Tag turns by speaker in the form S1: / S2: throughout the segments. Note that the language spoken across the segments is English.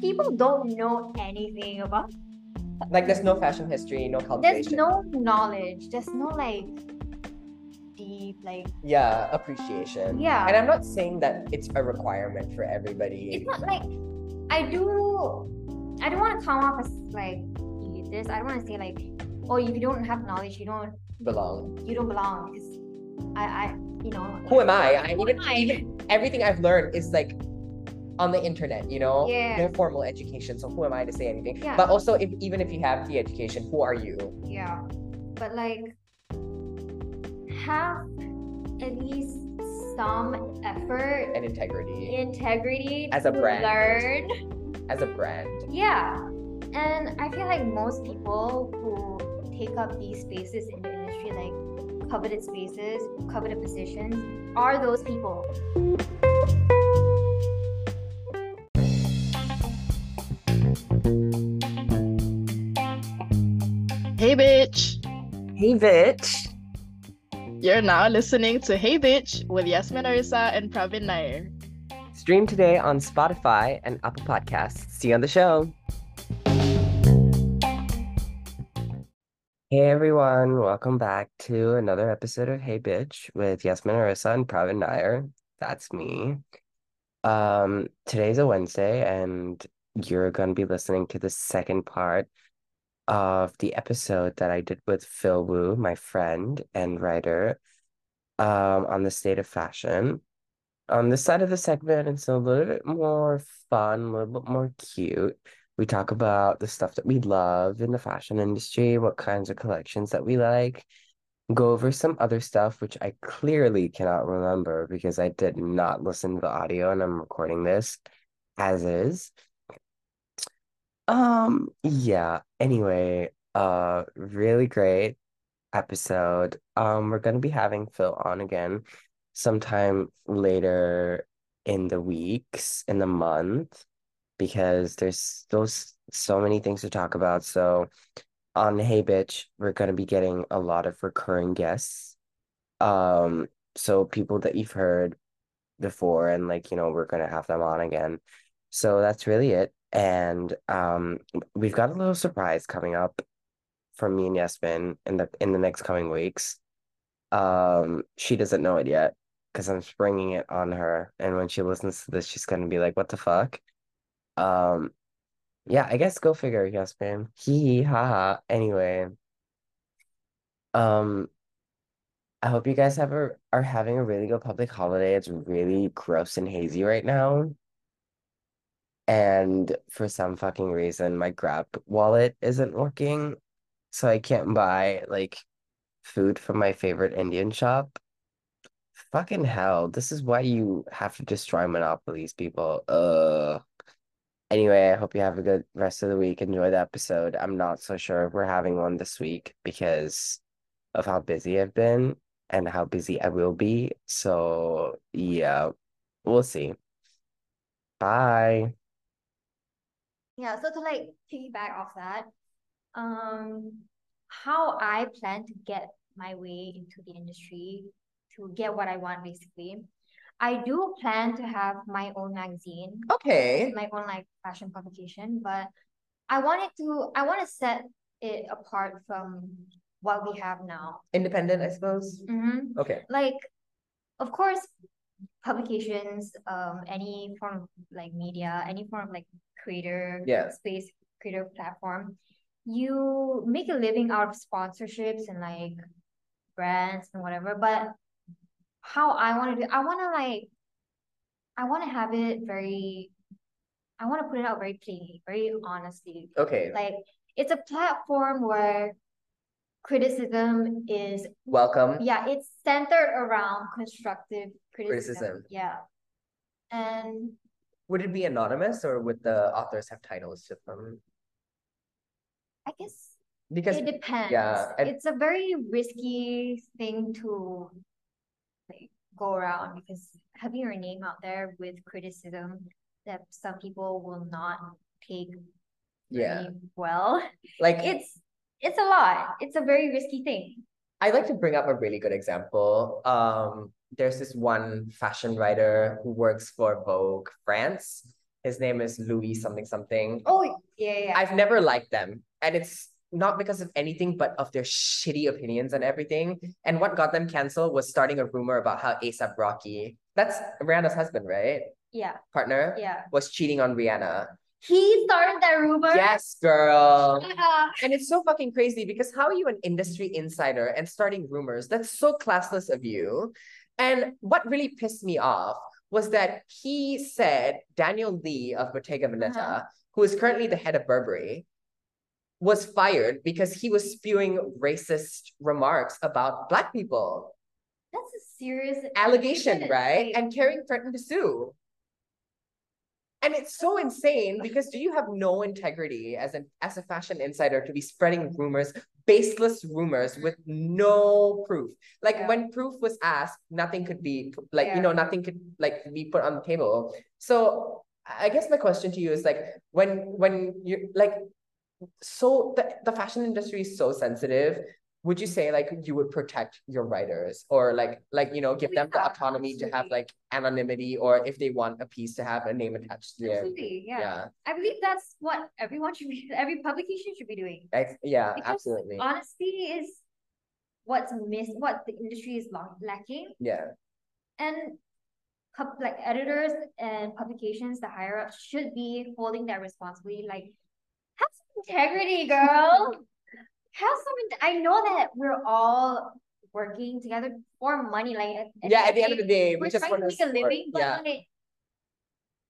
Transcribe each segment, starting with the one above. S1: people don't know anything about.
S2: Like there's no fashion history, no
S1: There's
S2: cultivation.
S1: no knowledge. There's no like deep like
S2: yeah appreciation.
S1: Yeah.
S2: And I'm not saying that it's a requirement for everybody.
S1: it's not like I do. I don't want to come off as like this. I don't want to say like, oh, if you don't have knowledge, you don't
S2: belong.
S1: you don't belong. Because I I you know.
S2: Who am I? I
S1: Who
S2: even
S1: am I?
S2: everything I've learned is like on the internet, you know?
S1: Yeah.
S2: No formal education, so who am I to say anything?
S1: Yeah.
S2: But also if even if you have the education, who are you?
S1: Yeah, but like have at least some effort,
S2: And integrity
S1: integrity
S2: As a
S1: to
S2: brand.
S1: Learn.
S2: as a brand.
S1: Yeah. And I feel like most people who take up these spaces in the industry, like coveted spaces, coveted positions, are those people.
S3: Hey, bitch!
S2: Hey bitch.
S3: You're now listening to Hey, bitch with Yasmin Arisa and Pravin Nair.
S2: Stream today on Spotify and Apple Podcasts. See you on the show. Hey everyone, welcome back to another episode of Hey Bitch with Yasmin Arissa and Pravin Nair. That's me. Um, today's a Wednesday, and you're gonna be listening to the second part of the episode that I did with Phil Wu, my friend and writer, um, on the state of fashion on this side of the segment, it's a little bit more fun, a little bit more cute. We talk about the stuff that we love in the fashion industry, what kinds of collections that we like, go over some other stuff, which I clearly cannot remember because I did not listen to the audio and I'm recording this as is. Um, yeah, anyway, uh, really great episode. Um, we're gonna be having Phil on again sometime later in the weeks in the month because there's still s- so many things to talk about so on hey bitch we're going to be getting a lot of recurring guests um so people that you've heard before and like you know we're going to have them on again so that's really it and um we've got a little surprise coming up from me and Yasmin in the in the next coming weeks um she doesn't know it yet because i'm springing it on her and when she listens to this she's gonna be like what the fuck um yeah i guess go figure yes ma'am hee ha ha anyway um i hope you guys have a, are having a really good public holiday it's really gross and hazy right now and for some fucking reason my grab wallet isn't working so i can't buy like food from my favorite Indian shop. Fucking hell. This is why you have to destroy monopolies, people. Uh anyway, I hope you have a good rest of the week. Enjoy the episode. I'm not so sure if we're having one this week because of how busy I've been and how busy I will be. So yeah, we'll see. Bye.
S1: Yeah, so to like piggyback off that, um, how I plan to get my way into the industry to get what I want basically. I do plan to have my own magazine.
S2: Okay.
S1: my own like fashion publication, but I wanted to I want to set it apart from what we have now.
S2: Independent, I suppose.
S1: Mhm.
S2: Okay.
S1: Like, of course, publications, um, any form of like media, any form of like creator
S2: Yeah.
S1: space, creator platform, you make a living out of sponsorships and like brands and whatever. But how I want to do, I want to like, I want to have it very, I want to put it out very plainly, very honestly
S2: Okay.
S1: like it's a platform where criticism is
S2: Welcome.
S1: yeah it's centered around constructive criticism,
S2: Criticism.
S1: yeah and
S2: Would it be anonymous or would the authors have titles to them?
S1: i guess
S2: Because
S1: it depends
S2: yeah, and-
S1: it's a very risky thing to like go around because having your name out there with criticism that some people will not take
S2: yeah,
S1: really well
S2: like
S1: it's it's a lot it's a very risky thing
S2: I like to bring up a really good example. Um, there's this one fashion writer who works for Vogue France, His name is Louis something something.
S1: Oh yeah, yeah.
S2: I've never liked them. And it's not because of anything, but of their shitty opinions on everything. And what got them canceled was starting a rumor about how ASAP Rocky, that's Rihanna's husband, right?
S1: yeah,
S2: Partner,
S1: yeah.
S2: was cheating on Rihanna.
S1: He started that rumor.
S2: Yes, girl.
S1: Yeah.
S2: And it's so fucking crazy because how are you an industry insider and starting rumors? That's so classless of you. And what really pissed me off was that he said Daniel Lee of Bottega Veneta,
S1: Uh-huh.
S2: who is currently the head of Burberry, was fired because he was spewing racist remarks about black people.
S1: That's a serious
S2: Allegation,
S1: Yes.
S2: right? And Karen threatened to sue. And it's
S1: Oh
S2: so insane because do you have no integrity as an as a fashion insider to be spreading rumors, baseless rumors with no proof? Like
S1: Yeah.
S2: when proof was asked, nothing could be like you
S1: Yeah.
S2: know nothing could like be put on the table. So I guess my question to you is like when when you like so the, the fashion industry is so sensitive would you say like you would protect your writers or like like you know give
S1: Oh,
S2: them the
S1: yeah,
S2: autonomy to have
S1: absolutely.
S2: like anonymity or if they want a piece to have a name attached to their
S1: Absolutely, yeah.
S2: yeah
S1: I believe that's what everyone should be, every publication should be doing.
S2: Ex- yeah
S1: Because
S2: absolutely
S1: Honesty is what's missed, what the industry is lo- lacking.
S2: yeah
S1: and pub- like editors and publications, the higher ups should be holding that responsibility. Like, have some integrity, girl. have some. In- I know that we're all working together for money. Like, at,
S2: yeah at the end of the day
S1: we're
S2: we just
S1: trying
S2: want
S1: to make a
S2: support-
S1: living, but
S2: yeah
S1: like,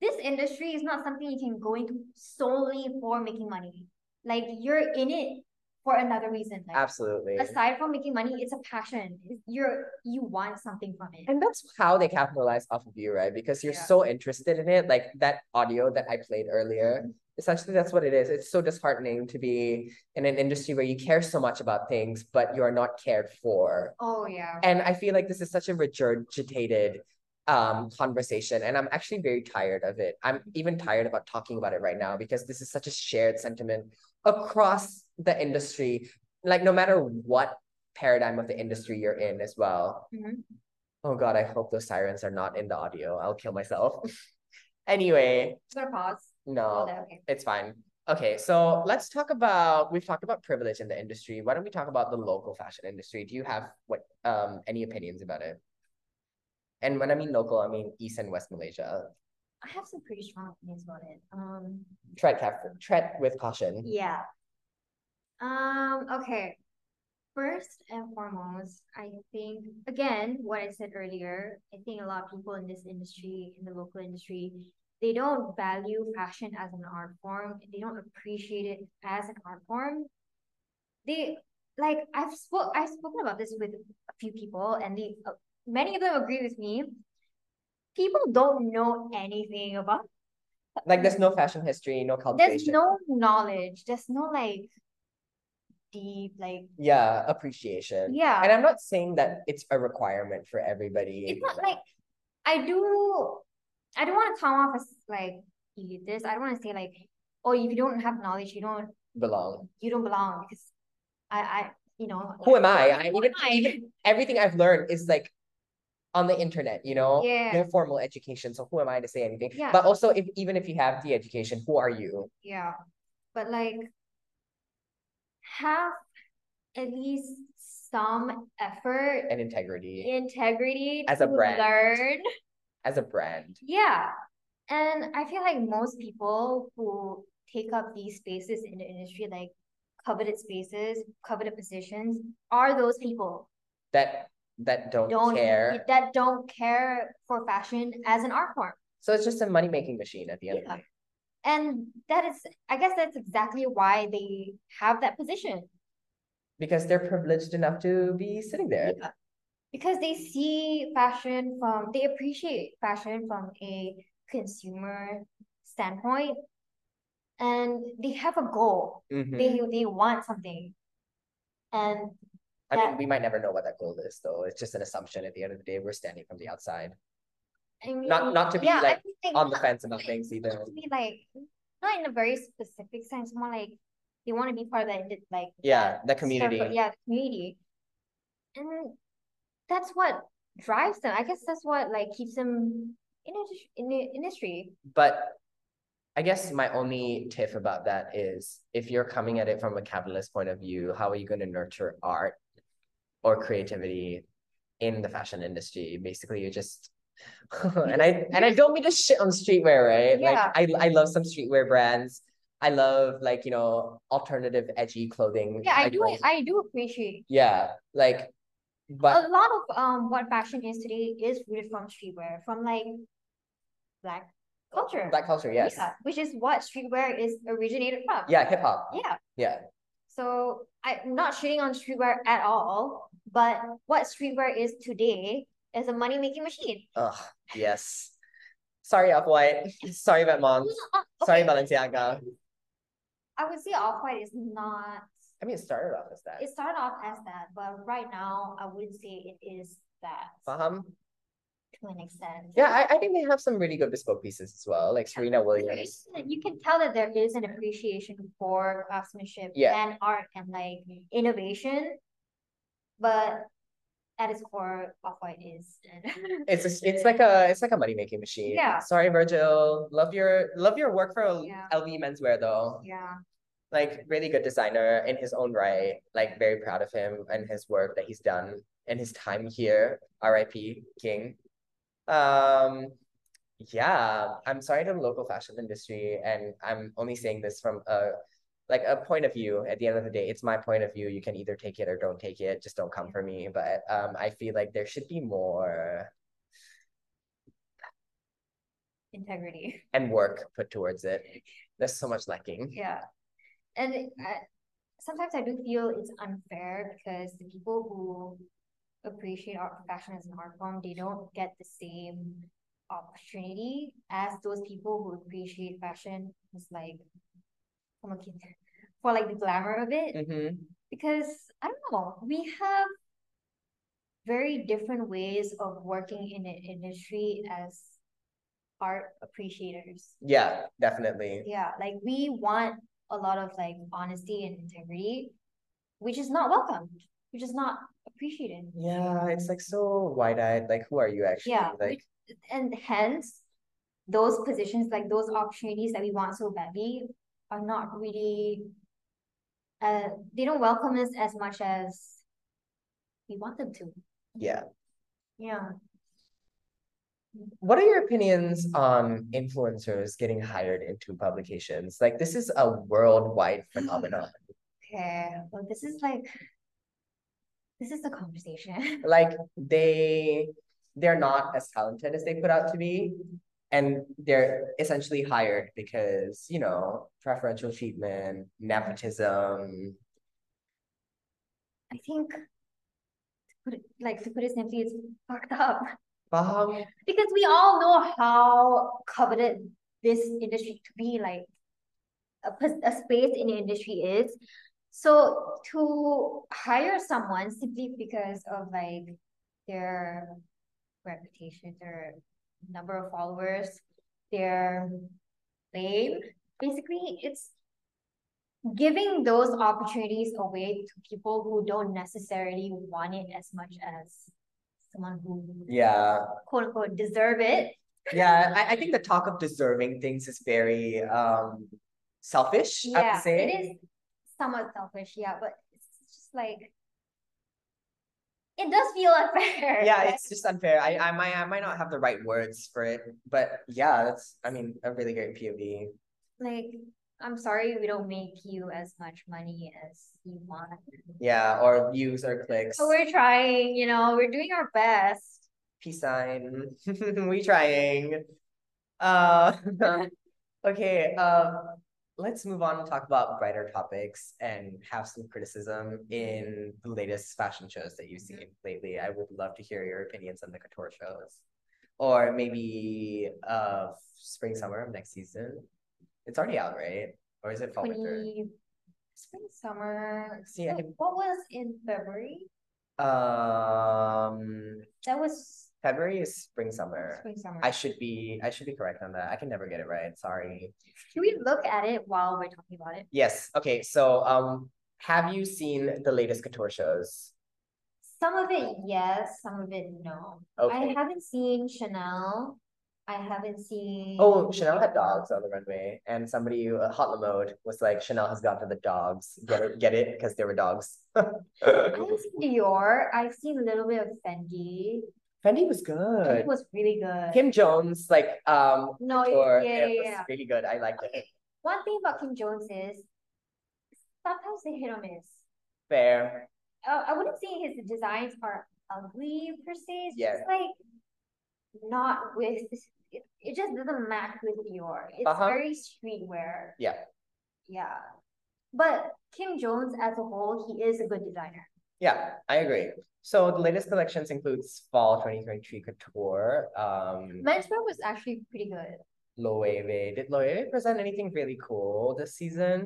S1: this industry is not something you can go into solely for making money. Like, you're in it for another reason. Like,
S2: absolutely
S1: aside from making money, it's a passion. You're you want something from it.
S2: and that's how they capitalize off of you right because you're
S1: Yeah.
S2: so interested in it like that audio that i played earlier essentially that's what it is it's so disheartening to be in an industry where you care so much about things but you are not cared for
S1: Oh yeah.
S2: and I feel like this is such a regurgitated um conversation and I'm actually very tired of it. I'm even tired about talking about it right now because this is such a shared sentiment across the industry like no matter what paradigm of the industry you're in as well.
S1: Mhm.
S2: Oh god, I hope those sirens are not in the audio. I'll kill myself. anyway,
S1: Is there a pause?
S2: no.
S1: Hold on, okay.
S2: It's fine. Okay, so let's talk about we've talked about privilege in the industry. Why don't we talk about the local fashion industry? Do you have what um any opinions about it? And when I mean local, I mean East and West Malaysia.
S1: I have some pretty strong opinions about it. Um,
S2: Tread carefully, tread with caution.
S1: yeah. Um, okay. First and foremost, I think again what I said earlier, I think a lot of people in this industry, in the local industry, they don't value fashion as an art form. They don't appreciate it as an art form. They like I've spoke I've spoken about this with a few people, and they uh, many of them agree with me. People don't know anything about
S2: Like there's no fashion history, no cultivation.
S1: there's no knowledge there's no like deep like
S2: yeah, appreciation.
S1: yeah
S2: And I'm not saying that it's a requirement for everybody.
S1: it's not like i do i don't want to come off as like you did this i don't want to say like oh if you don't have knowledge you don't
S2: belong.
S1: you don't belong because i i you know
S2: Who am I? I
S1: Who
S2: even,
S1: am I?
S2: even everything I've learned is like on the internet, you know?
S1: Yeah.
S2: No formal education. So who am I to say anything?
S1: Yeah.
S2: But also if even if you have the education, who are you?
S1: yeah but like have at least some effort
S2: And integrity
S1: integrity
S2: As a
S1: to
S2: brand.
S1: learn
S2: as a brand.
S1: Yeah. And I feel like most people who take up these spaces in the industry, like coveted spaces, coveted positions, are those people
S2: That that don't,
S1: don't
S2: care.
S1: that don't care for fashion as an art form.
S2: So it's just a money making machine at the end
S1: Yeah.
S2: of it.
S1: And that is I guess that's exactly why they have that position.
S2: Because they're privileged enough to be sitting there.
S1: Yeah. Because they see fashion from, they appreciate fashion from a consumer standpoint and they have a goal.
S2: Mhm.
S1: They they want something. And
S2: I
S1: that-
S2: mean, we might never know what that goal is though. It's just an assumption at the end of the day. We're standing from the outside.
S1: I mean,
S2: Not- not to be,
S1: yeah, I
S2: like,
S1: mean, like,
S2: On the
S1: not-
S2: fence about things either.
S1: not to be like not in a very specific sense, more like they want to be part of that like
S2: Yeah, the
S1: that
S2: community.
S1: circle- yeah, the community. And that's what drives them. I guess that's what like keeps them in indus- in the industry.
S2: but I guess my only tiff about that is if you're coming at it from a capitalist point of view, how are you going to nurture art or creativity in the fashion industry? Basically, you're just and I and I don't mean to shit on streetwear, right?
S1: Yeah.
S2: Like I I love some streetwear brands. I love like, you know, alternative edgy clothing.
S1: Yeah, I do
S2: love-
S1: I do appreciate
S2: yeah. Like but
S1: a lot of um what fashion is today is rooted from streetwear, from like black culture.
S2: black culture, yes.
S1: Oh, Yeah, which is what streetwear is originated from.
S2: Yeah, hip hop.
S1: Yeah.
S2: Yeah.
S1: So I'm not shitting on streetwear at all, but what streetwear is today is a money making machine.
S2: Ugh, yes. Sorry, Off White. Sorry, Batmons. Sorry,
S1: uh, Okay,
S2: Balenciaga.
S1: I would say off white is not.
S2: I mean, it started off as that.
S1: It started off as that, but right now I would say it is that
S2: Faham?
S1: to an extent.
S2: Um, Yeah, I, I think they have some really good bespoke pieces as well, like Serena Williams.
S1: You can tell that there is an appreciation for craftsmanship
S2: Yeah.
S1: and art and like innovation, but at its core, off white is.
S2: It's a, it's like a it's like a money making machine.
S1: Yeah.
S2: Sorry, Virgil. Love your love your work for
S1: Yeah.
S2: LV menswear though.
S1: yeah,
S2: Like really good designer in his own right. Like very proud of him and his work that he's done and his time here. R.I.P. King. Um, yeah, I'm sorry to the local fashion industry, and I'm only saying this from a like a point of view. At the end of the day, it's my point of view. You can either take it or don't take it. Just don't come for me. But um, I feel like there should be more
S1: integrity.
S2: and work put towards it. There's so much lacking.
S1: Yeah. And it- I, sometimes I do feel it's unfair because the people who appreciate art and fashion as an art form, they don't get the same opportunity as those people who appreciate fashion as like from a kid for like the glamour of it.
S2: Mm-hmm.
S1: Because I don't know, we have very different ways of working in an industry as art appreciators.
S2: Yeah, definitely.
S1: Yeah, like we want a lot of like honesty and integrity, which is not welcomed, which is not appreciated.
S2: Yeah, it's like so wide-eyed. Like, who are you actually?
S1: Yeah,
S2: Like,
S1: which- and hence those positions, like those opportunities that we want so badly, are not really. Uh, they don't welcome us as much as we want them to.
S2: yeah.
S1: Yeah.
S2: what are your opinions on influencers getting hired into publications? Like this is a worldwide phenomenon.
S1: Okay. Well, this is like. This is the conversation.
S2: Like they they're not as talented as they put out to be and they're essentially hired because, you know, preferential treatment, nepotism.
S1: I think. To put it, like to put it simply, it's fucked up.
S2: Baham.
S1: because we all know how coveted this industry to be like a, pos- a space in the industry is so to hire someone simply because of like their reputation their number of followers their fame basically it's giving those opportunities away to people who don't necessarily want it as much as someone who
S2: Yeah.
S1: quote unquote deserve it.
S2: Yeah. I, I think the talk of deserving things is very um selfish, I
S1: Yeah,
S2: would say.
S1: it is somewhat selfish. Yeah, but it's just like it does feel unfair.
S2: yeah
S1: like,
S2: it's just unfair I, I might i might not have the right words for it but yeah that's i mean a really great pov
S1: like I'm sorry we don't make you as much money as you want,
S2: yeah or views or clicks
S1: but we're trying. You know, we're doing our best.
S2: peace sign we trying uh okay um let's move on and talk about brighter topics and have some criticism in the latest fashion shows that you've seen lately i would love to hear your opinions on the couture shows or maybe uh spring summer of next season it's already out right or is it fall winter
S1: Twenty spring summer.
S2: See, I
S1: wait,
S2: think-
S1: what was in February?
S2: um
S1: That was
S2: february is spring summer
S1: spring summer.
S2: i should be i should be correct on that i can never get it right sorry
S1: Can we look at it while we're talking about it?
S2: Yes. Okay. So, um, have you seen the latest couture shows?
S1: Some of it yes, some of it no. I
S2: Okay.
S1: haven't seen Chanel. I haven't seen.
S2: Oh, Chanel had dogs on the runway, and somebody, uh, Hot Lamode, was like, Chanel has gotten the dogs. Get it? Get it? Because there were dogs.
S1: I've seen Dior. I've seen a little bit of Fendi.
S2: Fendi was
S1: It
S2: good.
S1: was really good.
S2: Kim Jones, like, um,
S1: no, it-
S2: or
S1: yeah,
S2: it
S1: yeah,
S2: was
S1: yeah.
S2: really good. I liked it.
S1: Okay. One thing about Kim Jones is sometimes they hit or miss.
S2: Fair.
S1: Uh, I wouldn't say his designs are ugly per se. It's
S2: Yeah.
S1: just like not with. It, it just doesn't match with Dior. It's
S2: Uh-huh.
S1: very streetwear.
S2: Yeah.
S1: Yeah. But Kim Jones as a whole, he is a good designer.
S2: Yeah, I agree. So the latest collections includes fall 2023 couture. Um,
S1: Menswear was actually pretty good.
S2: Loewe. Did Loewe present anything really cool this season?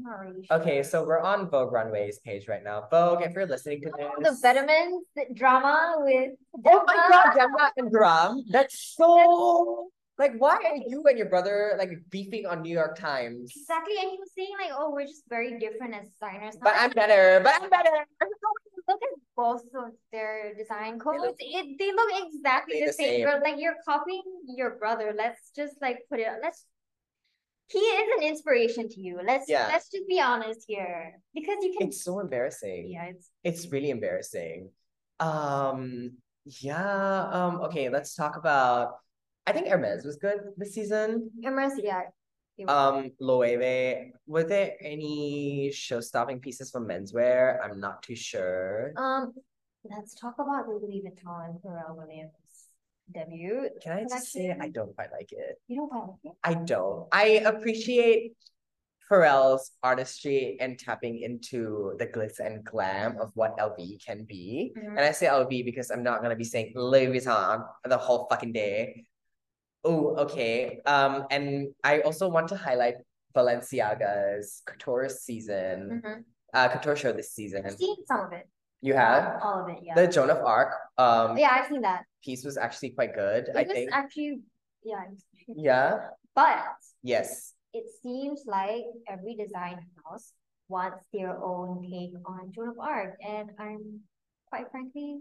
S1: I'm not really sure.
S2: Okay, so we're on Vogue Runways page right now. Vogue, if you're listening to
S1: Oh, the
S2: this.
S1: Vitamins drama with
S2: Oh my
S1: Demna.
S2: god, Gemma and Gram. That's so like why are you and your brother like beefing on New York Times?
S1: Exactly, and he was saying like, "Oh, we're just very different as designers."
S2: But I'm better, but I'm better.
S1: I'm like, look at both of their design codes.
S2: look-
S1: it, they look exactly the
S2: They're the
S1: same.
S2: same.
S1: You're like you're copying your brother. Let's just like put it. Let's. He is an inspiration to you. Let's
S2: Yeah.
S1: let's just be honest here, because you can.
S2: It's so embarrassing.
S1: yeah, it's
S2: It's really embarrassing. Um yeah, um okay, let's talk about I think Hermes was good this season.
S1: immersive. Yeah, it was-
S2: Um Loewe, were there any show-stopping pieces from menswear? I'm not too sure.
S1: um, let's talk about the Louis Vuitton Pharrell Williams debut.
S2: Can I just say I
S1: collection.
S2: don't quite like it?
S1: You don't buy it.
S2: I don't. I appreciate Pharrell's artistry and tapping into the glitz and glam of what LV can be.
S1: Mhm.
S2: And I say LV because I'm not gonna be saying Louis Vuitton the whole fucking day. Oh, okay. Um, and I also want to highlight Balenciaga's couture season,
S1: Mhm.
S2: uh, couture show this season.
S1: I've seen some of it.
S2: You have
S1: all of it. Oh, Yeah. Oh,
S2: the Joan of Arc um
S1: yeah, I've seen that.
S2: piece was actually quite good.
S1: It
S2: I
S1: was
S2: think.
S1: actually yeah, it was-
S2: Yeah.
S1: but
S2: Yes.
S1: it seems like every design house wants their own take on Joan of Arc, and I'm quite frankly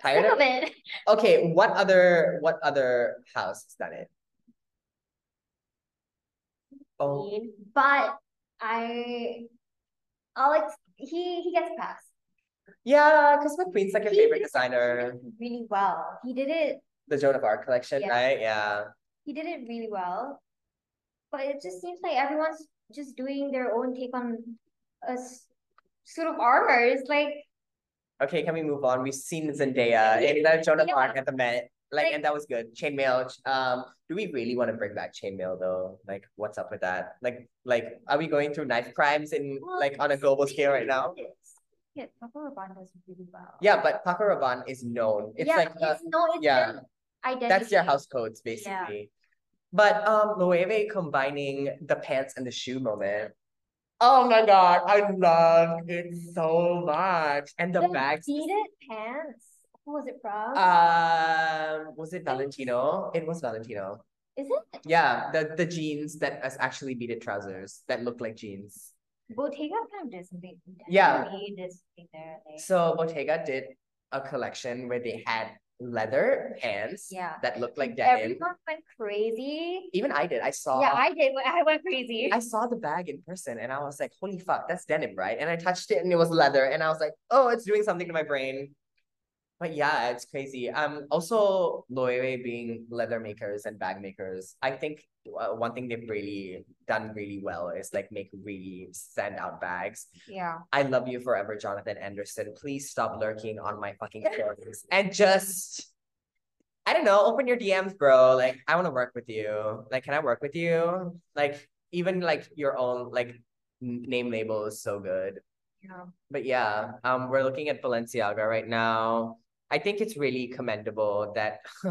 S2: Tired
S1: sick
S2: of
S1: of it.
S2: Okay, what other what other house has done it? Oh,
S1: But I, Alex, he he gets passed.
S2: yeah, because McQueen's like your
S1: He
S2: favorite
S1: did
S2: designer.
S1: really well. He did it.
S2: The Joan of Arc collection,
S1: Yeah.
S2: right? Yeah.
S1: He did it really well. But it just seems like everyone's just doing their own take on a s- suit of armor. It's like
S2: Okay, can we move on? We've seen Zendaya in the Joan of
S1: Yeah.
S2: Arc at the Met. Like,
S1: Like-
S2: and that was good. Chainmail. ch- Um, do we really want to bring back chainmail though? Like, what's up with that? Like, like, are we going through knife crimes in
S1: Well,
S2: like on a global scale right now?
S1: Yeah, Papa Rabanne does really well.
S2: Yeah, but Paco Rabanne is known. It's
S1: yeah,
S2: like a-
S1: it's no, it's
S2: yeah.
S1: their identity.
S2: that's their house codes basically. But um Loewe combining the pants and the shoe moment. Oh my god, I love it so much. And the,
S1: The
S2: bags Uh,
S1: beaded pants. Who was it from?
S2: um was it Valentino? It was Valentino.
S1: Is it
S2: Yeah, the the jeans that is actually beaded trousers that look like jeans.
S1: Bottega? Kind of did something.
S2: Yeah.
S1: He did something there. Like,
S2: So Bottega did a collection where they had leather pants
S1: Yeah.
S2: that looked like denim.
S1: everyone went crazy.
S2: Even I did. I saw
S1: Yeah, I did. I went crazy.
S2: I saw the bag in person and I was like, holy fuck, that's denim, right? And I touched it and it was leather. And I was like, oh, it's doing something to my brain. But yeah, it's crazy. Um, also Loewe being leather makers and bag makers, I think uh, one thing they've really done really well is like make really standout bags.
S1: yeah.
S2: I love you forever, Jonathan Anderson. Please stop lurking on my fucking stories and just, I don't know, open your DMs, bro. Like, I want to work with you. Like, can I work with you? Like, even like your own like n- name label is so good.
S1: Yeah.
S2: But yeah, um, we're looking at Balenciaga right now. I think it's really commendable that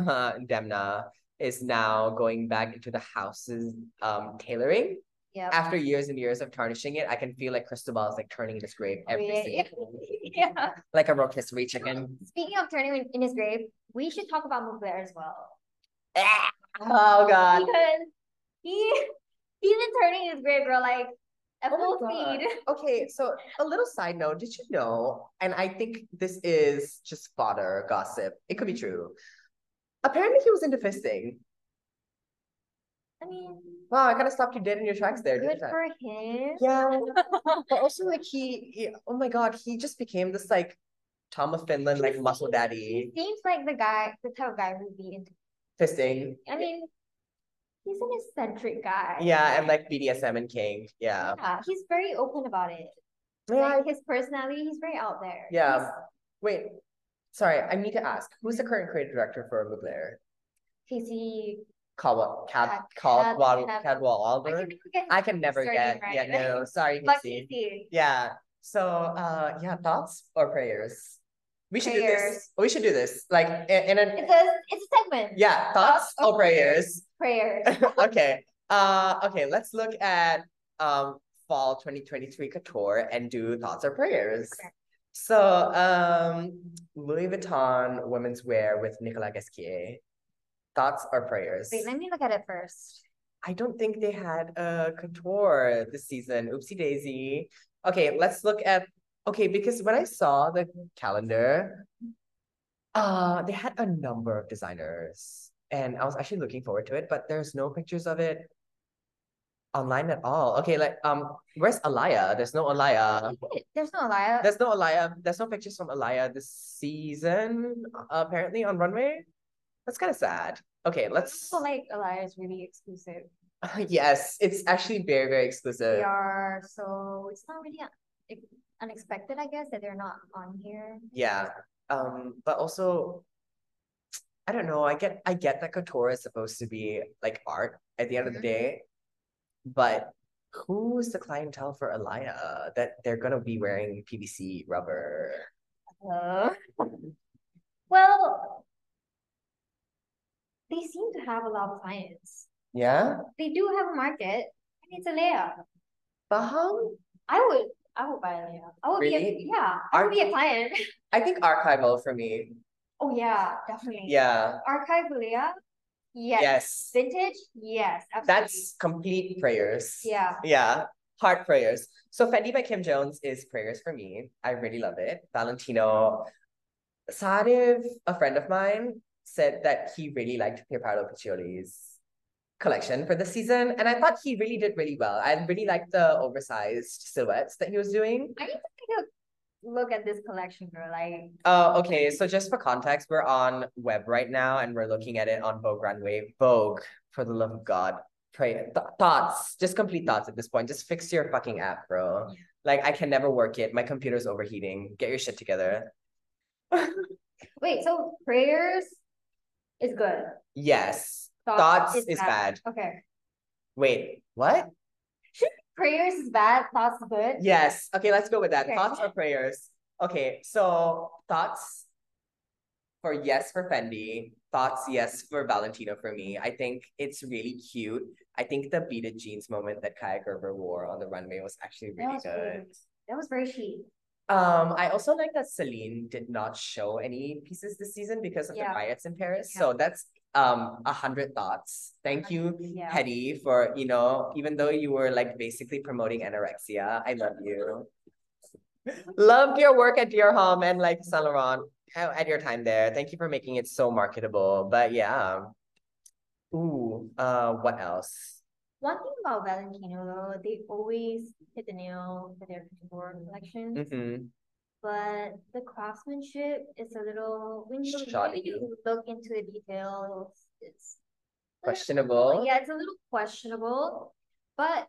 S2: Demna is now going back into the house's um tailoring
S1: Yeah.
S2: after years and years of tarnishing it, I can feel like Cristobal is like turning his grave every
S1: Yeah.
S2: single day.
S1: yeah.
S2: like a rotisserie chicken.
S1: Speaking of turning in, in his grave, we should talk about Mugler as well.
S2: Ah, oh god.
S1: Because he he's been turning his grave, bro, like at
S2: Oh my
S1: full
S2: God.
S1: speed.
S2: Okay, so a little side note, did you know? And I think this is just fodder gossip. It could be true. Apparently, he was into fisting.
S1: I mean,
S2: Wow, I kind of stopped you dead in your tracks there.
S1: good
S2: didn't I?
S1: for him.
S2: Yeah, but also like he, he- oh my god, he just became this like Tom of Finland, like muscle daddy
S1: Seems like the guy, the type of guy who'd be into.
S2: fisting.
S1: I mean, he's an eccentric guy.
S2: Yeah, and like BDSM and kink. Yeah,
S1: Yeah, he's very open about it.
S2: yeah,
S1: Like his personality, he's very out there.
S2: yeah.
S1: He's-
S2: Wait, sorry, I need to ask. Who's the current creative director for Mugler?
S1: Casey,
S2: Caldwell, Cat,
S1: Cat-
S2: Caldwell,
S1: Cat-
S2: Caldwell
S1: I
S2: Albert.
S1: can forget
S2: I can never
S1: Sorry,
S2: get.
S1: right.
S2: Yeah, no, sorry,
S1: but
S2: Hipsy.
S1: Casey.
S2: Yeah. So, uh, yeah, thoughts or prayers? We should do this.
S1: Prayers.
S2: We should do this. Like in, in an
S1: It's a it's a segment.
S2: yeah, thoughts
S1: or
S2: or prayers.
S1: Prayers.
S2: okay. Uh, okay, let's look at um fall 2023 couture and do thoughts or prayers.
S1: Okay.
S2: So um Louis Vuitton women's wear with Nicolas Gasquier. Thoughts or prayers?
S1: Wait, let me look at it first.
S2: I don't think they had a couture this season. Oopsie daisy. Okay, let's look at okay, because when I saw the calendar, uh they had a number of designers. And I was actually looking forward to it, but there's no pictures of it online at all. Okay, like um, where's Alaya? There's no Alaya.
S1: There's no lie.
S2: There's no Alaya. There's no pictures from Alaya this season, apparently on runway. That's kind of sad. Okay, let's
S1: also like Alaya is really exclusive.
S2: Yes, it's actually very, very exclusive.
S1: They are so it's not really un- unexpected, I guess, that they're not on here.
S2: Yeah. Um, but also I don't know, I get I get that couture is supposed to be like art at the end of the
S1: Mhm.
S2: day, but who's the clientele for Alaya that they're gonna be wearing PVC rubber?
S1: Uh, well, they seem to have a lot of clients.
S2: Yeah?
S1: They do have a market, and it's a layout.
S2: Baham?
S1: I would, I would buy a layout. I would be, a,
S2: Really?
S1: yeah, I
S2: Are-
S1: would be a client.
S2: I think archival for me.
S1: Oh yeah, definitely.
S2: Yeah.
S1: Archive layout, yes.
S2: Yes.
S1: Vintage, yes, absolutely.
S2: That's complete prayers.
S1: yeah.
S2: Yeah, heart prayers. So Fendi by Kim Jones is prayers for me. I really love it. Valentino Sadiv, a friend of mine, said that he really liked Pierpaolo Piccioli's collection for the season. And I thought he really did really well. I really liked the oversized silhouettes that he was doing.
S1: I need to take a look at this collection, girl. Like,
S2: Oh, okay. So just for context, we're on web right now and we're looking at it on Vogue Runway. Vogue, for the love of God. Pray th- thoughts. Just complete thoughts at this point. Just fix your fucking app, bro.
S1: Yeah.
S2: Like I can never work it. My computer's overheating. Get your shit together.
S1: wait, so prayers is good.
S2: Yes.
S1: Thoughts,
S2: Thoughts is bad.
S1: Okay.
S2: Wait, what?
S1: Prayers is bad, thoughts is good.
S2: Yes. Okay, let's go with that.
S1: Okay.
S2: Thoughts or prayers? Okay, so thoughts for yes for Fendi. Thoughts yes for Valentino for me. I think it's really cute. I think the beaded jeans moment that Kaya Gerber wore on the runway was actually
S1: That
S2: really
S1: was really
S2: good.
S1: good. That was very chic.
S2: Um, I also like that Celine did not show any pieces this season because of
S1: Yeah.
S2: the riots in Paris.
S1: Yeah.
S2: So that's um a hundred thoughts. Thank you,
S1: Yeah.
S2: Hetty, for you know, even though you were like basically promoting anorexia, I love you. Loved your work at Dear Home and like Saint Laurent uh, at your time there. Thank you for making it so marketable. But yeah. Ooh, uh, what else?
S1: One thing about Valentino though, they always hit the nail with their couture collections,
S2: Mm-hmm.
S1: but the craftsmanship is a little when you
S2: Shoddy.
S1: really look into the details, it's a little-
S2: Questionable.
S1: yeah, it's a little questionable, but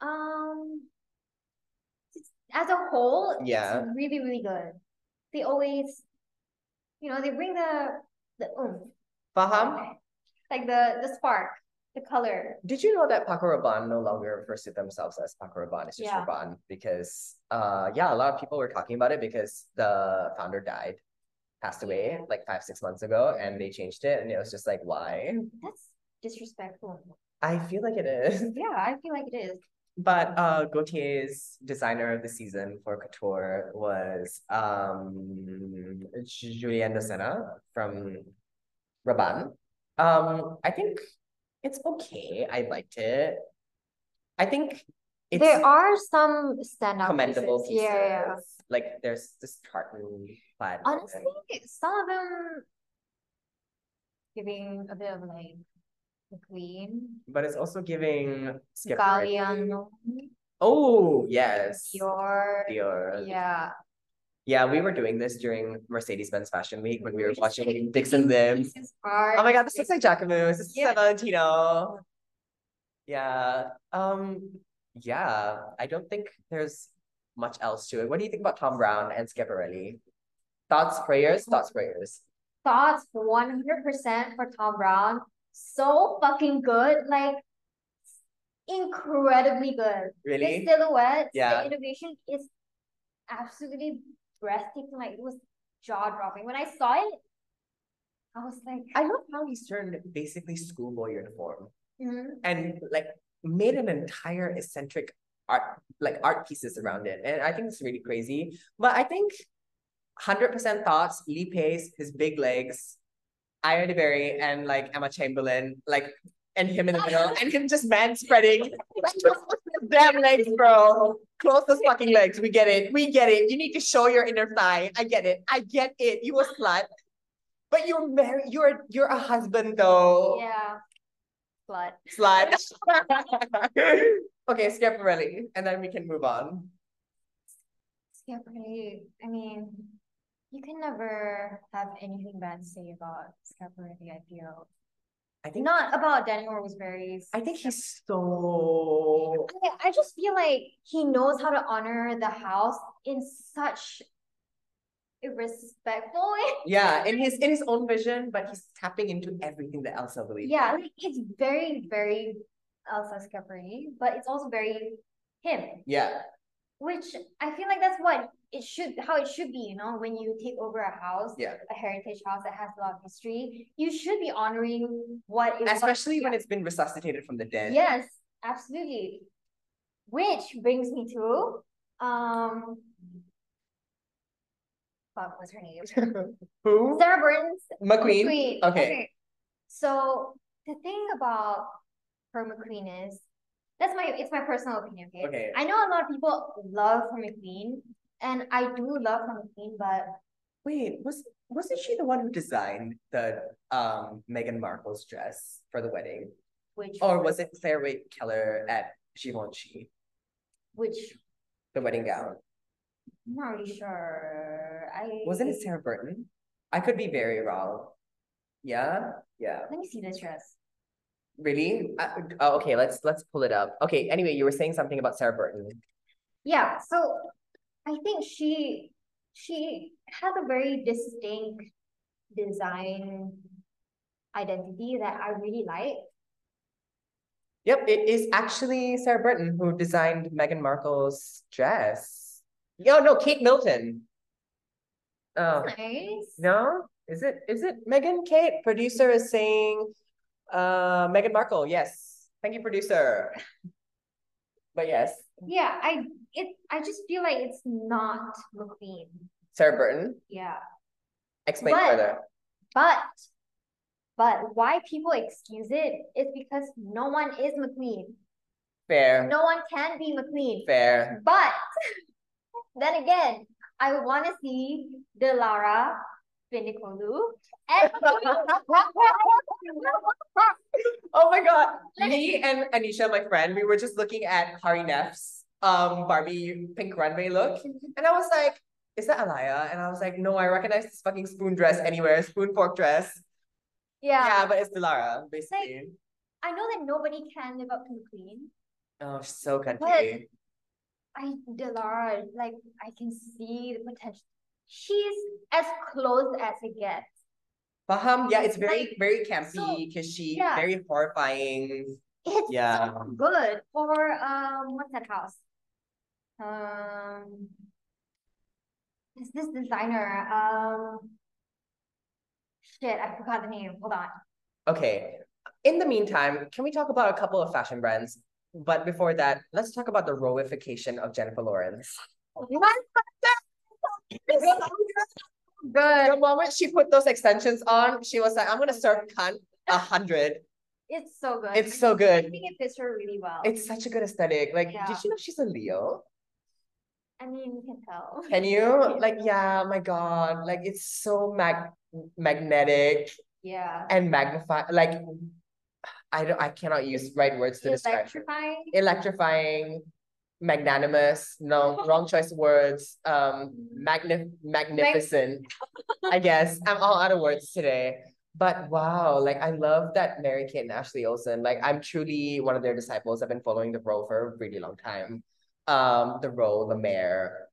S1: um, it's- as a whole, it's
S2: Yeah.
S1: really, really good. They always, you know, they bring the the oomph,
S2: Faham?
S1: like the the spark, the color.
S2: Did you know that Paco Rabanne no longer refers to themselves as Paco Rabanne? It's just
S1: Yeah.
S2: Rabanne because, uh, yeah, a lot of people were talking about it because the founder died, passed away
S1: Yeah.
S2: like five, six months ago, and they changed it, and it was just like, why?
S1: That's disrespectful.
S2: I feel like it is.
S1: Yeah, I feel like it is.
S2: But uh, Gautier's designer of the season for couture was um, Julien de Senna from Rabanne. Um, I think it's okay. I liked it. I think it's
S1: there are some standout
S2: commendable
S1: pieces.
S2: pieces.
S1: Yeah, yeah, yeah.
S2: Like there's this tartan plaid.
S1: Honestly, some of them giving a bit of like the queen.
S2: But it's also giving skip. right?
S1: Galliano,
S2: Oh, yes.
S1: Dior.
S2: Dior.
S1: Yeah.
S2: Yeah, we were doing this during Mercedes-Benz Fashion Week when we were
S1: Just,
S2: watching
S1: like, pieces-
S2: Dixon Lim.
S1: pieces art,
S2: Oh my god, this looks like Jacquemus. This is
S1: Yeah.
S2: Valentino. Yeah. Um, yeah, I don't think there's much else to it. What do you think about Tom Brown and Schiaparelli? Thoughts, prayers, thoughts, prayers.
S1: thoughts 100% for Tom Brown. So fucking good. Like, incredibly good.
S2: Really?
S1: The silhouettes,
S2: Yeah.
S1: the innovation is absolutely breathtaking. Like, it was jaw dropping. When I saw it, I was like,
S2: I love how he's turned basically schoolboy uniform
S1: mhm.
S2: and like made an entire eccentric art like art pieces around it. And I think it's really crazy. But I think 100% thoughts, Lee Pace, his big legs, Ira DeBerry, and like Emma Chamberlain, like and him in the middle, and him just man spreading. Damn legs, bro. Close those fucking legs. We get it. We get it. You need to show your inner thigh. I get it. I get it. You a slut. But you're married. You're you're a husband though
S1: yeah. But
S2: slide. okay, Schiaparelli, and then we can move on.
S1: Schiaparelli, I mean, you can never have anything bad to say about Schiaparelli, I feel.
S2: I think
S1: Not about Daniel Rosberry's.
S2: I think he's so
S1: I, I just feel like he knows how to honor the house in such a respectful way.
S2: yeah in his in his own vision, but he's tapping into everything that Elsa believes.
S1: Yeah, like it's very, very Elsa Schiaparelli, but it's also very him,
S2: yeah,
S1: which I feel like that's what it should, how it should be, you know, when you take over a house.
S2: yeah.
S1: a heritage house that has a lot of history, you should be honoring what is
S2: Especially when it's been resuscitated from the dead.
S1: yes, absolutely. Which brings me to um, fuck, what's her name?
S2: Who?
S1: Sarah Burns
S2: McQueen.
S1: McQueen.
S2: Okay.
S1: So the thing about her McQueen is that's my it's my personal opinion. Okay.
S2: Okay.
S1: I know a lot of people love her McQueen, and I do love her McQueen, but
S2: Wait, was wasn't she the one who designed the um Meghan Markle's dress for the wedding,
S1: which
S2: or was it Claire Wait Keller at Givenchy,
S1: which
S2: the wedding gown?
S1: I'm not really sure. I
S2: Wasn't it Sarah Burton? I could be very wrong. Yeah, yeah.
S1: Let me see this dress.
S2: Really? I, oh, okay. Let's let's pull it up. Okay. Anyway, you were saying something about Sarah Burton.
S1: Yeah, so I think she she has a very distinct design identity that I really like.
S2: Yep, it is actually Sarah Burton who designed Meghan Markle's dress. Yo, no, Kate Milton. Oh
S1: Nice.
S2: no, is it is it Meghan? Kate producer is saying, uh, Meghan Markle. Yes, thank you, producer. But yes,
S1: Yeah, I it I just feel like it's not McQueen.
S2: Sarah Burton.
S1: Yeah.
S2: Explain
S1: But-
S2: further.
S1: But but why people excuse it is because no one is McQueen.
S2: Fair.
S1: No one can be McQueen.
S2: Fair.
S1: But then again, I want to see the Lara Finicolu and
S2: Oh my god.
S1: Like-
S2: Me and Anisha, my friend, we were just looking at Hari Neff's um Barbie pink runway look. And I was like, is that Alaya? And I was like, no, I recognize this fucking spoon dress anywhere, spoon fork dress. Yeah,
S1: yeah,
S2: but it's Delara, basically.
S1: I know that nobody can live up to the queen.
S2: oh, she's so country.
S1: I Delara, like I can see the potential. She's as close as it gets.
S2: Baham, um, yeah, it's very,
S1: Like,
S2: very campy,
S1: so-
S2: kishy,
S1: yeah.
S2: very horrifying.
S1: It's
S2: Yeah.
S1: so good for um what's that house? Um it's this designer. Um shit, I forgot the name. Hold on.
S2: Okay. In the meantime, can we talk about a couple of fashion brands? But before that, let's talk about the roification of Jennifer Lawrence.
S1: Good.
S2: The moment she put those extensions on, she was like, I'm gonna serve cunt a hundred.
S1: It's so good.
S2: It's so good.
S1: I think it fits her really well.
S2: It's such a good aesthetic. Like,
S1: Yeah.
S2: did you know she's a Leo?
S1: I mean, you can tell.
S2: Can you? Like, yeah, my God. Like, it's so mag- magnetic.
S1: yeah.
S2: and magnify like I don't I cannot use right words to describe her.
S1: Electrifying.
S2: electrifying, magnanimous, no wrong choice of words, um magnif- magnificent. I guess I'm all out of words today. But wow, like I love that Mary Kate and Ashley Olsen. Like I'm truly one of their disciples. I've been following the role for a really long time. Um, the role, the mayor,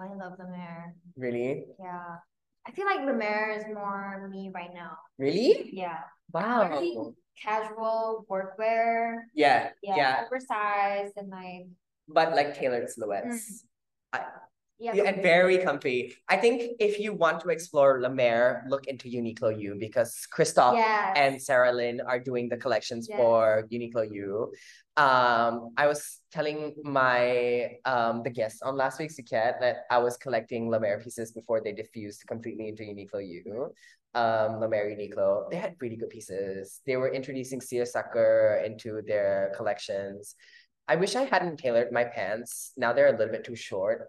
S1: Oh, I love Lemaire.
S2: really,
S1: Yeah. I feel like Lemaire is more me right now.
S2: really,
S1: Yeah. Very
S2: wow,
S1: casual workwear.
S2: yeah,
S1: Yeah.
S2: yeah.
S1: Oversized and like
S2: But like tailored silhouettes.
S1: yeah.
S2: Yeah, and very comfy. I think if you want to explore La Mer, look into Uniqlo U because Christoph
S1: Yes.
S2: and Sarah Lynn are doing the collections
S1: Yes.
S2: for Uniqlo U. Um, I was telling my um the guests on last week's Suket that I was collecting La Mer pieces before they diffused completely into Uniqlo U. Um, La Mer Uniqlo, they had really good pieces. They were introducing seersucker into their collections. I wish I hadn't tailored my pants. Now they're a little bit too short.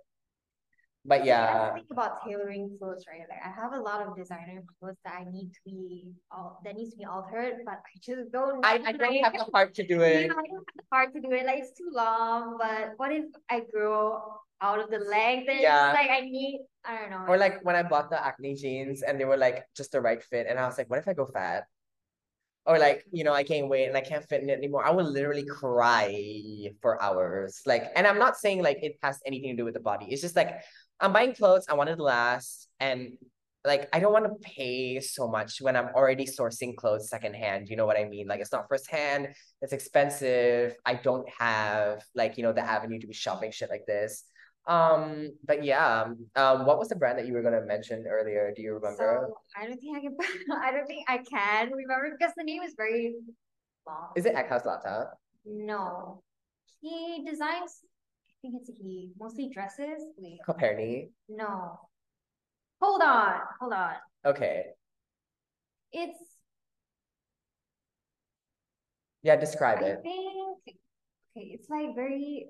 S2: But
S1: I
S2: yeah,
S1: think about tailoring clothes, right? Like I have a lot of designer clothes that I need to be all that needs to be altered, but I just don't.
S2: I,
S1: know,
S2: I don't
S1: like-
S2: have the heart to do
S1: You
S2: it.
S1: know, I don't have the heart to do it. Like it's too long. But what if I grow out of the leg? Then
S2: Yeah.
S1: it's like I need. I don't know.
S2: Or like when I bought the acne jeans and they were like just the right fit, and I was like, what if I go fat? Or like, you know, I gain weight and I can't fit in it anymore. I would literally cry for hours. Like, and I'm not saying like it has anything to do with the body. It's just like I'm buying clothes, I want it to last, and like I don't want to pay so much when I'm already sourcing clothes secondhand. You know what I mean? Like it's not firsthand, it's expensive. I don't have like, you know, the avenue to be shopping shit like this. Um, but yeah, um, um, what was the brand that you were gonna mention earlier? Do you remember?
S1: So I don't think I can. I don't think I can remember because the name is very long.
S2: Is it Eckhouse Latta?
S1: No, he designs. I think it's he mostly dresses. Wait,
S2: Coperni?
S1: no. Hold on, hold on.
S2: Okay.
S1: It's
S2: Yeah, describe
S1: I
S2: it.
S1: think okay, it's like very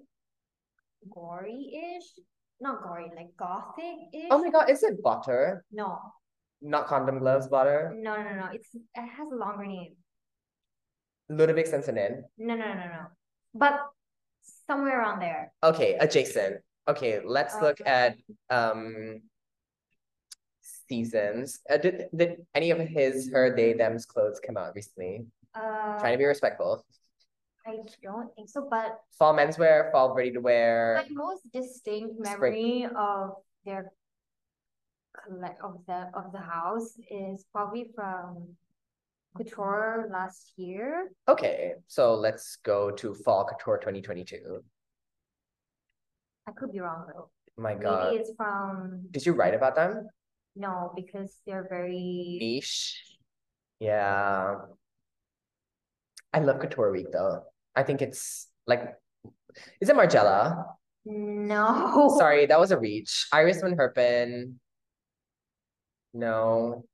S1: gory-ish. Not gory, like gothic-ish.
S2: Oh my god, is it butter?
S1: No,
S2: Not condom gloves butter?
S1: no, no, no. It's it has a longer name. Mm.
S2: Ludovic Sensonen.
S1: No, no, no, no. But somewhere around there.
S2: Okay, adjacent. Okay, let's
S1: Oh.
S2: look at um seasons. Uh, did did any of his her they them's clothes come out recently?
S1: Uh,
S2: Trying to be respectful.
S1: I don't think so. But
S2: Fall menswear, fall ready to wear.
S1: my most distinct
S2: Spring.
S1: memory of their collect of the of the house is probably from couture last year.
S2: Okay, so let's go to fall couture 2022.
S1: I could be wrong though.
S2: My god.
S1: Maybe it's from
S2: Did you write about them?
S1: No, because they're very
S2: Niche. Yeah. I love Couture Week though. I think it's like, is it Margiela?
S1: no.
S2: Sorry, that was a reach. Iris Van Herpen. No.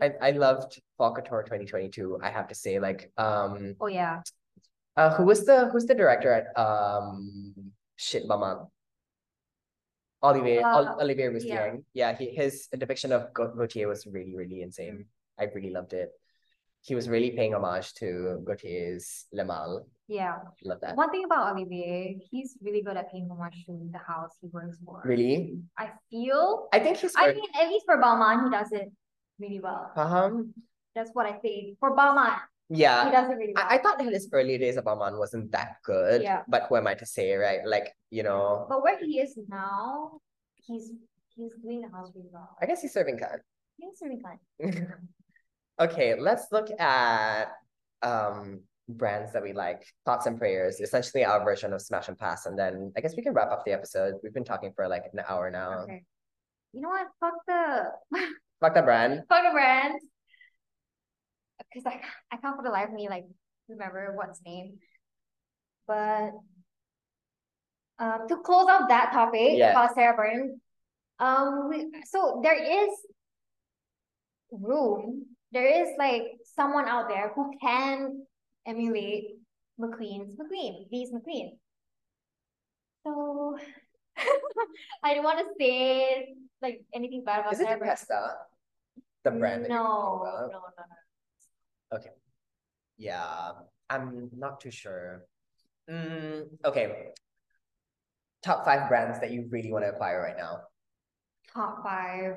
S2: I, I loved Fall Couture 2022. I have to say, like, um,
S1: Oh yeah,
S2: uh, who was the who's the director at um shit mama? Olivier
S1: Uh,
S2: Ol- Olivier was
S1: yeah.
S2: Yeah, he, his depiction of Gaut- Gautier was really really insane.
S1: Mm.
S2: I really loved it. He was really paying homage to Gautier's Le Mal.
S1: yeah.
S2: Love that.
S1: One thing about Olivier, he's really good at paying homage to the house he works for.
S2: Really,
S1: I feel.
S2: I think he's.
S1: I mean, at least for Balmain, he does it really well.
S2: um,
S1: That's what I think. For Balmain,
S2: yeah,
S1: he does it really well.
S2: Uh, I, I thought that his early days of Aman wasn't that good,
S1: Yeah.
S2: but who am I to say, right? Like, you know,
S1: But where he is now, he's he's doing the house really well.
S2: I guess he's serving time.
S1: He's really good.
S2: Okay, let's look at um brands that we like. Thoughts and prayers, essentially our version of Smash and Pass, and then I guess we can wrap up the episode. We've been talking for like an hour now.
S1: Okay. You know what? Fuck the
S2: Fuck that brand.
S1: fuck the brand. Because I, can't- I can't for the life of me like remember what's name. But um, to close off that topic
S2: Yeah.
S1: about Sarah Byrne, um, we, so there is room. There is like someone out there who can emulate McQueen's McQueen, these McQueen. So I don't want to say like anything bad about
S2: Is it
S1: Sarah Byrne.
S2: Pesta? The brand that you're talking
S1: No, no,
S2: about?
S1: no, no.
S2: Yeah, I'm not too sure. Mm, okay. Top five brands that you really want to acquire right now.
S1: Top five.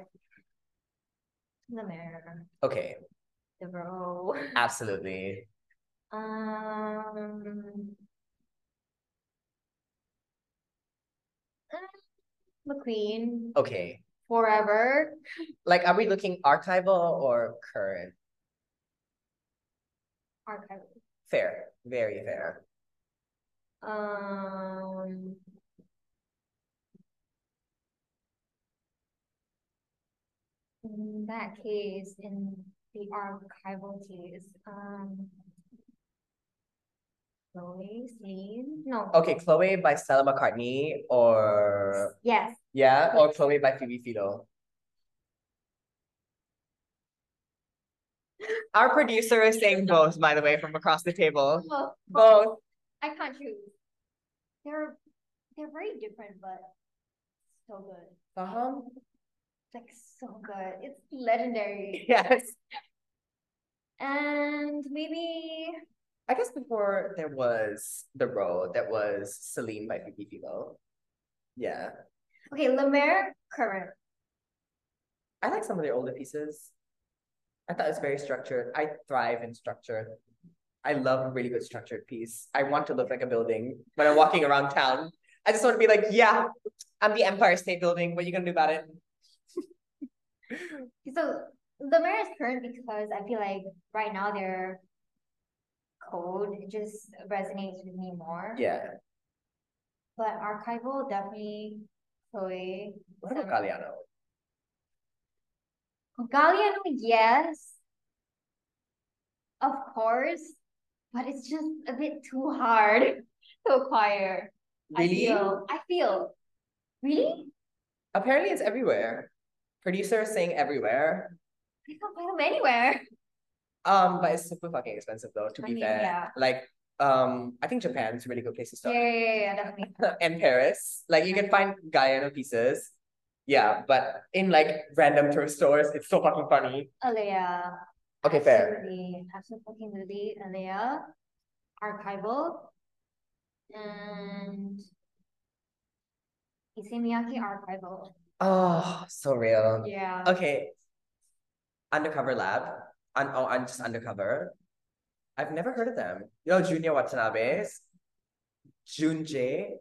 S1: The mirror,
S2: Okay,
S1: the row.
S2: absolutely.
S1: Um, mm,
S2: Oh.
S1: McQueen
S2: Okay.
S1: forever.
S2: Like, are we looking archival or current?
S1: Archive.
S2: Fair, very fair.
S1: Um, in that case, in the archival case, um, Chloe, Celine, no,
S2: Okay, Chloe by Stella McCartney or
S1: yes,
S2: yeah, or Chloe by Phoebe Philo. Our producer is saying both, by the way, from across the table.
S1: well,
S2: Both.
S1: I can't choose. They're they're very different, but so good,
S2: Faham?
S1: like so good. It's legendary.
S2: Yes.
S1: And maybe
S2: I guess before there was The Road, that was Celine by Phoebe Philo. Yeah.
S1: okay, Lemaire current.
S2: I like some of their older pieces. I thought it was very structured. I thrive in structure. I love a really good structured piece. I want to look like a building when I'm walking around town. I just want to be like, yeah, I'm the Empire State Building. What are you gonna do about it?
S1: So the mayor is current because I feel like right now their code just resonates with me more.
S2: Yeah.
S1: But archival definitely Chloe.
S2: What about Galliano?
S1: Galliano, yes. Of course. But it's just a bit too hard to acquire.
S2: Really?
S1: I feel. I feel. Really?
S2: Apparently it's everywhere. Producer is saying everywhere.
S1: I can't find them anywhere.
S2: Um, but it's super fucking expensive though, to
S1: I
S2: be
S1: mean,
S2: fair.
S1: yeah.
S2: Like, um, I think Japan's a really good place to
S1: Yeah,
S2: start.
S1: yeah, yeah, yeah, definitely.
S2: and Paris. Like you can find Guyana pieces. Yeah, but in like random tourist stores, it's so fucking funny.
S1: Alea.
S2: Okay, fair.
S1: Absolutely, absolutely, Alea, uh, archival, and Issey Miyake archival.
S2: Oh, so real.
S1: Yeah.
S2: Okay. Undercover Lab. Un- oh, I'm just undercover. I've never heard of them. Yo, Junior Watanabe's. Jun J.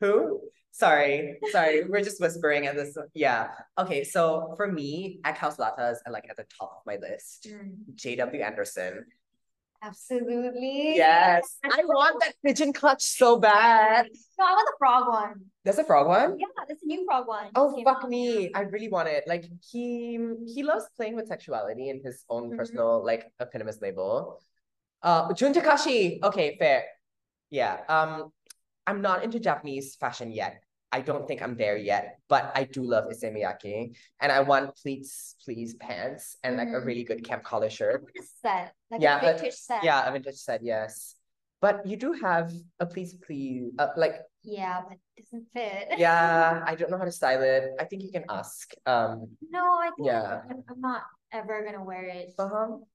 S2: Who? Sorry, sorry. We're just whispering at this. Yeah. Okay, so for me, Eckhouse Latas are like at the top of my list.
S1: Mm,
S2: J.W. Anderson.
S1: Absolutely.
S2: Yes. I want that pigeon clutch so bad.
S1: No, I want the frog one.
S2: There's a frog one?
S1: Yeah, that's a new frog one.
S2: Oh
S1: Came
S2: fuck
S1: out.
S2: me. I really want it. Like he he loves playing with sexuality in his own
S1: Mhm.
S2: personal like eponymous label. Uh Jun Takashi. Okay, fair. Yeah. Um I'm not into Japanese fashion yet. I don't think I'm there yet, but I do love Issey Miyake and I want pleats, please pants and like a
S1: Mhm.
S2: really good camp collar
S1: I
S2: shirt.
S1: want a set, like
S2: Yeah,
S1: a
S2: but-
S1: vintage set.
S2: Yeah, I vintage said yes. But you do have a please please uh, like
S1: Yeah, but it doesn't fit.
S2: yeah, I don't know how to style it. I think you can ask. Um
S1: No, I think
S2: Yeah. Uh-huh.
S1: I'm, I'm not ever gonna wear it.
S2: Baham?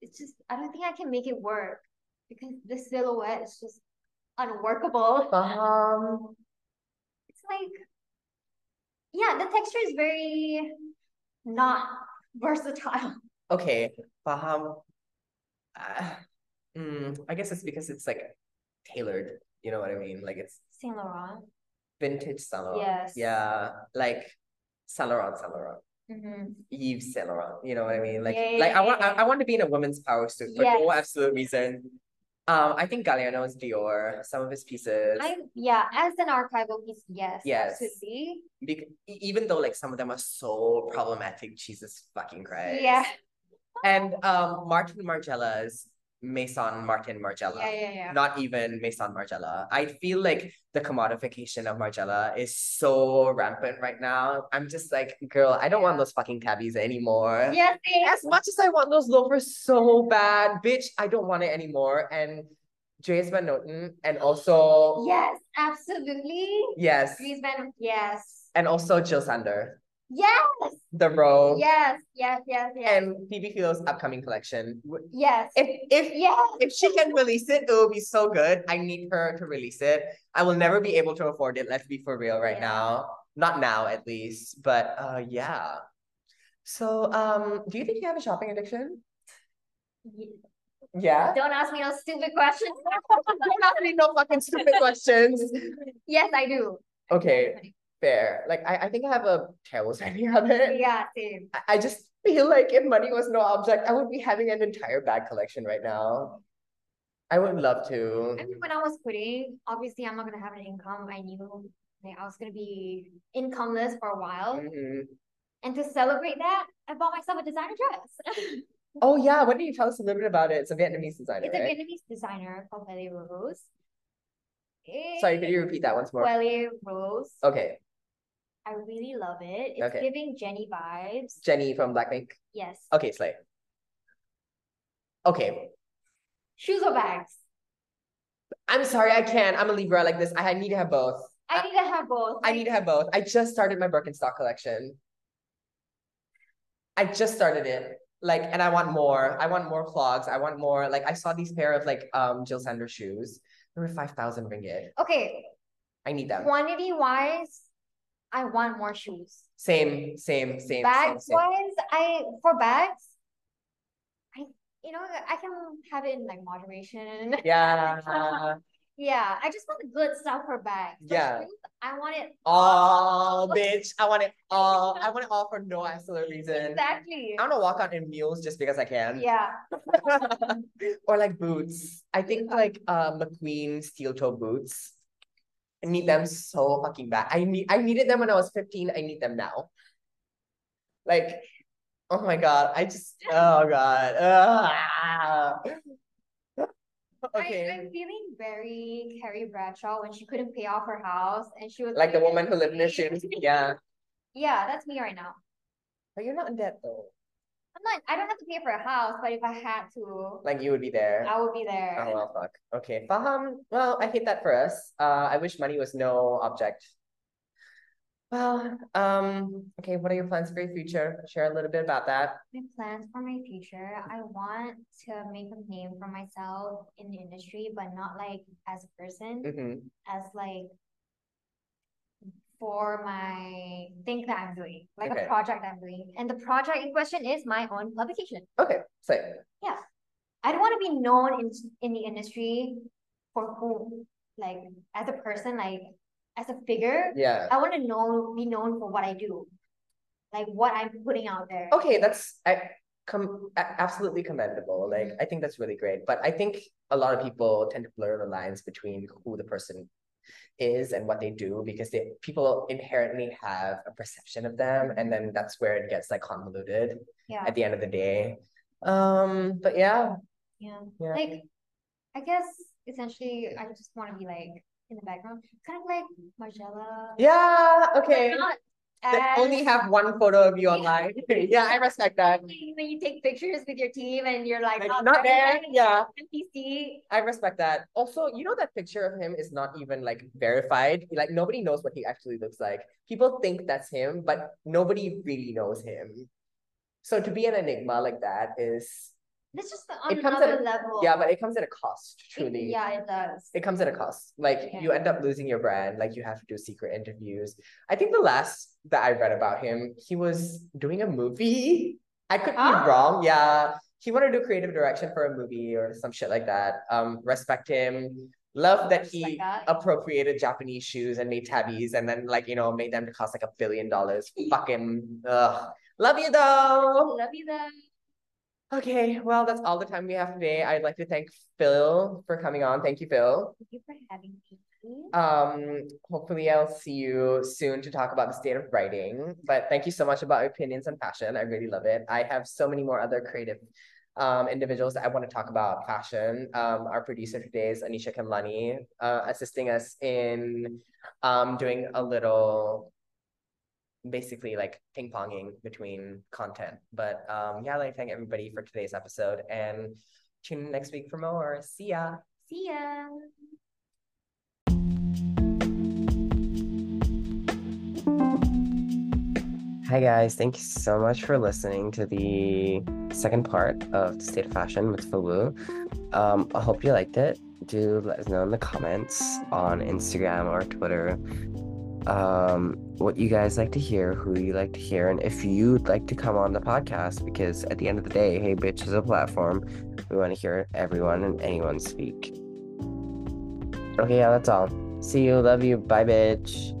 S1: It's just I don't think I can make it work because the silhouette is just unworkable.
S2: Baham.
S1: it's like yeah the texture is very not versatile
S2: Okay, Baham. Ah, mm, I guess it's because it's like tailored, you know what I mean? Like it's
S1: saint laurent
S2: vintage Saint Laurent.
S1: Yes.
S2: Yeah, like Saint Laurent, Saint Laurent. Mm-hmm.
S1: Mhm.
S2: Yves Saint Laurent. You know what I mean? Like,
S1: Yeah,
S2: like I
S1: yeah,
S2: want, I,
S1: yeah.
S2: I want to be in a woman's power suit for no
S1: Yes.
S2: absolute reason. Um, I think Galliano's Dior. Some of his pieces,
S1: i yeah as an archival piece yes
S2: Yes.
S1: absolutely
S2: bec- e- even though like some of them are so problematic, Jesus fucking Christ.
S1: yeah
S2: And um, Martin Margiela's Maison Martin Margiela.
S1: yeah yeah yeah
S2: Not even Maison Margiela. I feel like the commodification of Margiela is so rampant right now. I'm just like, girl, I don't want
S1: Yeah.
S2: those fucking tabbies anymore.
S1: yes yes.
S2: As much as I want those loafers so bad, bitch, I don't want it anymore. And Jace Van Noten, and also
S1: yes absolutely
S2: yes,
S1: Griezmann, yes
S2: and also Jill Sander.
S1: Yes,
S2: the role
S1: yes, yes, yes, yes.
S2: Oh. and Phoebe Philo's upcoming collection. W-
S1: yes.
S2: If if
S1: yes.
S2: if she can release it, it will be so good. I need her to release it. I will never be able to afford it. Let's be for real right
S1: Yeah.
S2: now. Not now, at least. But uh, yeah. So, um, do you think you have a shopping addiction? Yeah.
S1: Don't ask me no stupid questions.
S2: Don't ask me no fucking stupid questions.
S1: yes, I do.
S2: Okay, fair. Like, I, I think I have a terrible spending habit.
S1: Yeah, same.
S2: I- I just feel like if money was no object, I would be having an entire bag collection right now. I would love to.
S1: I mean, when I was quitting, obviously I'm not gonna have an income. I knew like I was gonna be incomeless for a while,
S2: Mhm.
S1: and to celebrate that, I bought myself a designer dress.
S2: Oh yeah, why don't you tell us a little bit about it? It's a Vietnamese designer,
S1: it's a
S2: right?
S1: Vietnamese designer called Welly Rose.
S2: Sorry, could you repeat that once more?
S1: Welly Rose.
S2: Okay,
S1: I really love it. It's
S2: Okay. Oh.
S1: giving Jenny vibes.
S2: Jenny from Blackpink.
S1: yes.
S2: Okay, Slay. Okay,
S1: Shoes or bags?
S2: I'm sorry, I can't. I'm a Libra like this. I I need to have both.
S1: I need to have both.
S2: I need to have both. I just started my Birkenstock collection. I just started it. Like, and I want more. I want more clogs. I want more. Like, I saw these pair of like um Jill Sander shoes. They were 5,000 ringgit.
S1: Okay,
S2: I need them.
S1: quantity wise, I want more shoes.
S2: Same, same, same, same,
S1: Bags
S2: same.
S1: wise, I for bags, I you know I can have it in like moderation.
S2: Yeah.
S1: Yeah, I just want the good stuff for bags. For
S2: Yeah.
S1: shoes, I want it
S2: Oh, bitch. I want it all. I want it all for no absolute reason.
S1: exactly.
S2: I want to walk out in mules just because I can.
S1: Yeah.
S2: or like boots. I think like uh McQueen steel toe boots. I need them so fucking bad. I need I needed them when I was 15. I need them now. Like, oh my god, I just oh god. Ah.
S1: I,
S2: Okay.
S1: I'm feeling very Carrie Bradshaw when she couldn't pay off her house and she was
S2: Like the woman who lived in the shoes. Yeah.
S1: Yeah, that's me right now.
S2: But you're not in debt though.
S1: I'm not I don't have to pay for a house, but if I had to,
S2: Like you would be there.
S1: I would be there.
S2: Oh well fuck. Okay. Faham. Well, I hate that for us. Uh I wish money was no object. Well, um, okay, what are your plans for your future? Share a little bit about that.
S1: My plans for my future, I want to make a name for myself in the industry, but not like as a person,
S2: hmm
S1: as like for my thing that I'm doing, like
S2: Okay.
S1: a project I'm doing. And the project in question is my own publication.
S2: Okay, so
S1: I don't want to be known in in the industry for who, like as a person, like as a figure.
S2: yeah.
S1: I want to know be known for what I do, like what I'm putting out there.
S2: Okay, that's I com- a- absolutely commendable. Like I think that's really great. But I think a lot of people tend to blur the lines between who the person is and what they do because they people inherently have a perception of them and then that's where it gets like convoluted
S1: Yeah.
S2: at the end of the day. Um, but yeah,
S1: Yeah.
S2: yeah.
S1: Like, I guess essentially, I just want to be like in the background, kind of like Marcella.
S2: yeah,
S1: but
S2: okay.
S1: Not
S2: They
S1: as,
S2: only have one photo of you
S1: Yeah.
S2: online. yeah, I respect that.
S1: when you take pictures with your team and you're like,
S2: Like,
S1: "Oh,
S2: not there.
S1: sorry, I'm
S2: Yeah.
S1: NPC.
S2: I respect that. Also, you know that picture of him is not even like verified. Like nobody knows what he actually looks like. People think that's him, but nobody really knows him. So to be an enigma like that is
S1: That's just on
S2: It comes
S1: another
S2: at-
S1: level.
S2: yeah, but it comes at a cost,
S1: It-
S2: truly.
S1: yeah, it does.
S2: It comes at a cost. Like
S1: Yeah.
S2: you end up losing your brand, like you have to do secret interviews. I think the last that I read about him, he was doing a movie. I could
S1: Huh?
S2: be wrong. Yeah. He wanted to do creative direction for a movie or some shit like that. Um, respect him. Love that
S1: Like
S2: he
S1: that.
S2: appropriated Japanese shoes and made tabbies and then like you know made them to cost like a billion dollars. Fucking ugh. Love you though.
S1: Love you then.
S2: Okay, well that's all the time we have today. I'd like to thank Phil for coming on. Thank you, Phil.
S1: Thank you for having me.
S2: Um, hopefully I'll see you soon to talk about the state of writing. But thank you so much about your opinions on fashion. I really love it. I have so many more other creative um individuals that I want to talk about fashion. Um, our producer today is Anisha Kamlani, uh, assisting us in um doing a little basically like ping ponging between content. But um yeah, I'd like to thank everybody for today's episode and tune in next week for more. See ya.
S1: See ya.
S2: Hi guys, thank you so much for listening to the second part of the State of Fashion with Fubu. Um, I hope you liked it. Do let us know in the comments on Instagram or Twitter um, what you guys like to hear, who you like to hear, and if you'd like to come on the podcast. Because at the end of the day, hey, bitch is a platform. We want to hear everyone and anyone speak. Okay, yeah, that's all. See you. Love you. Bye, bitch.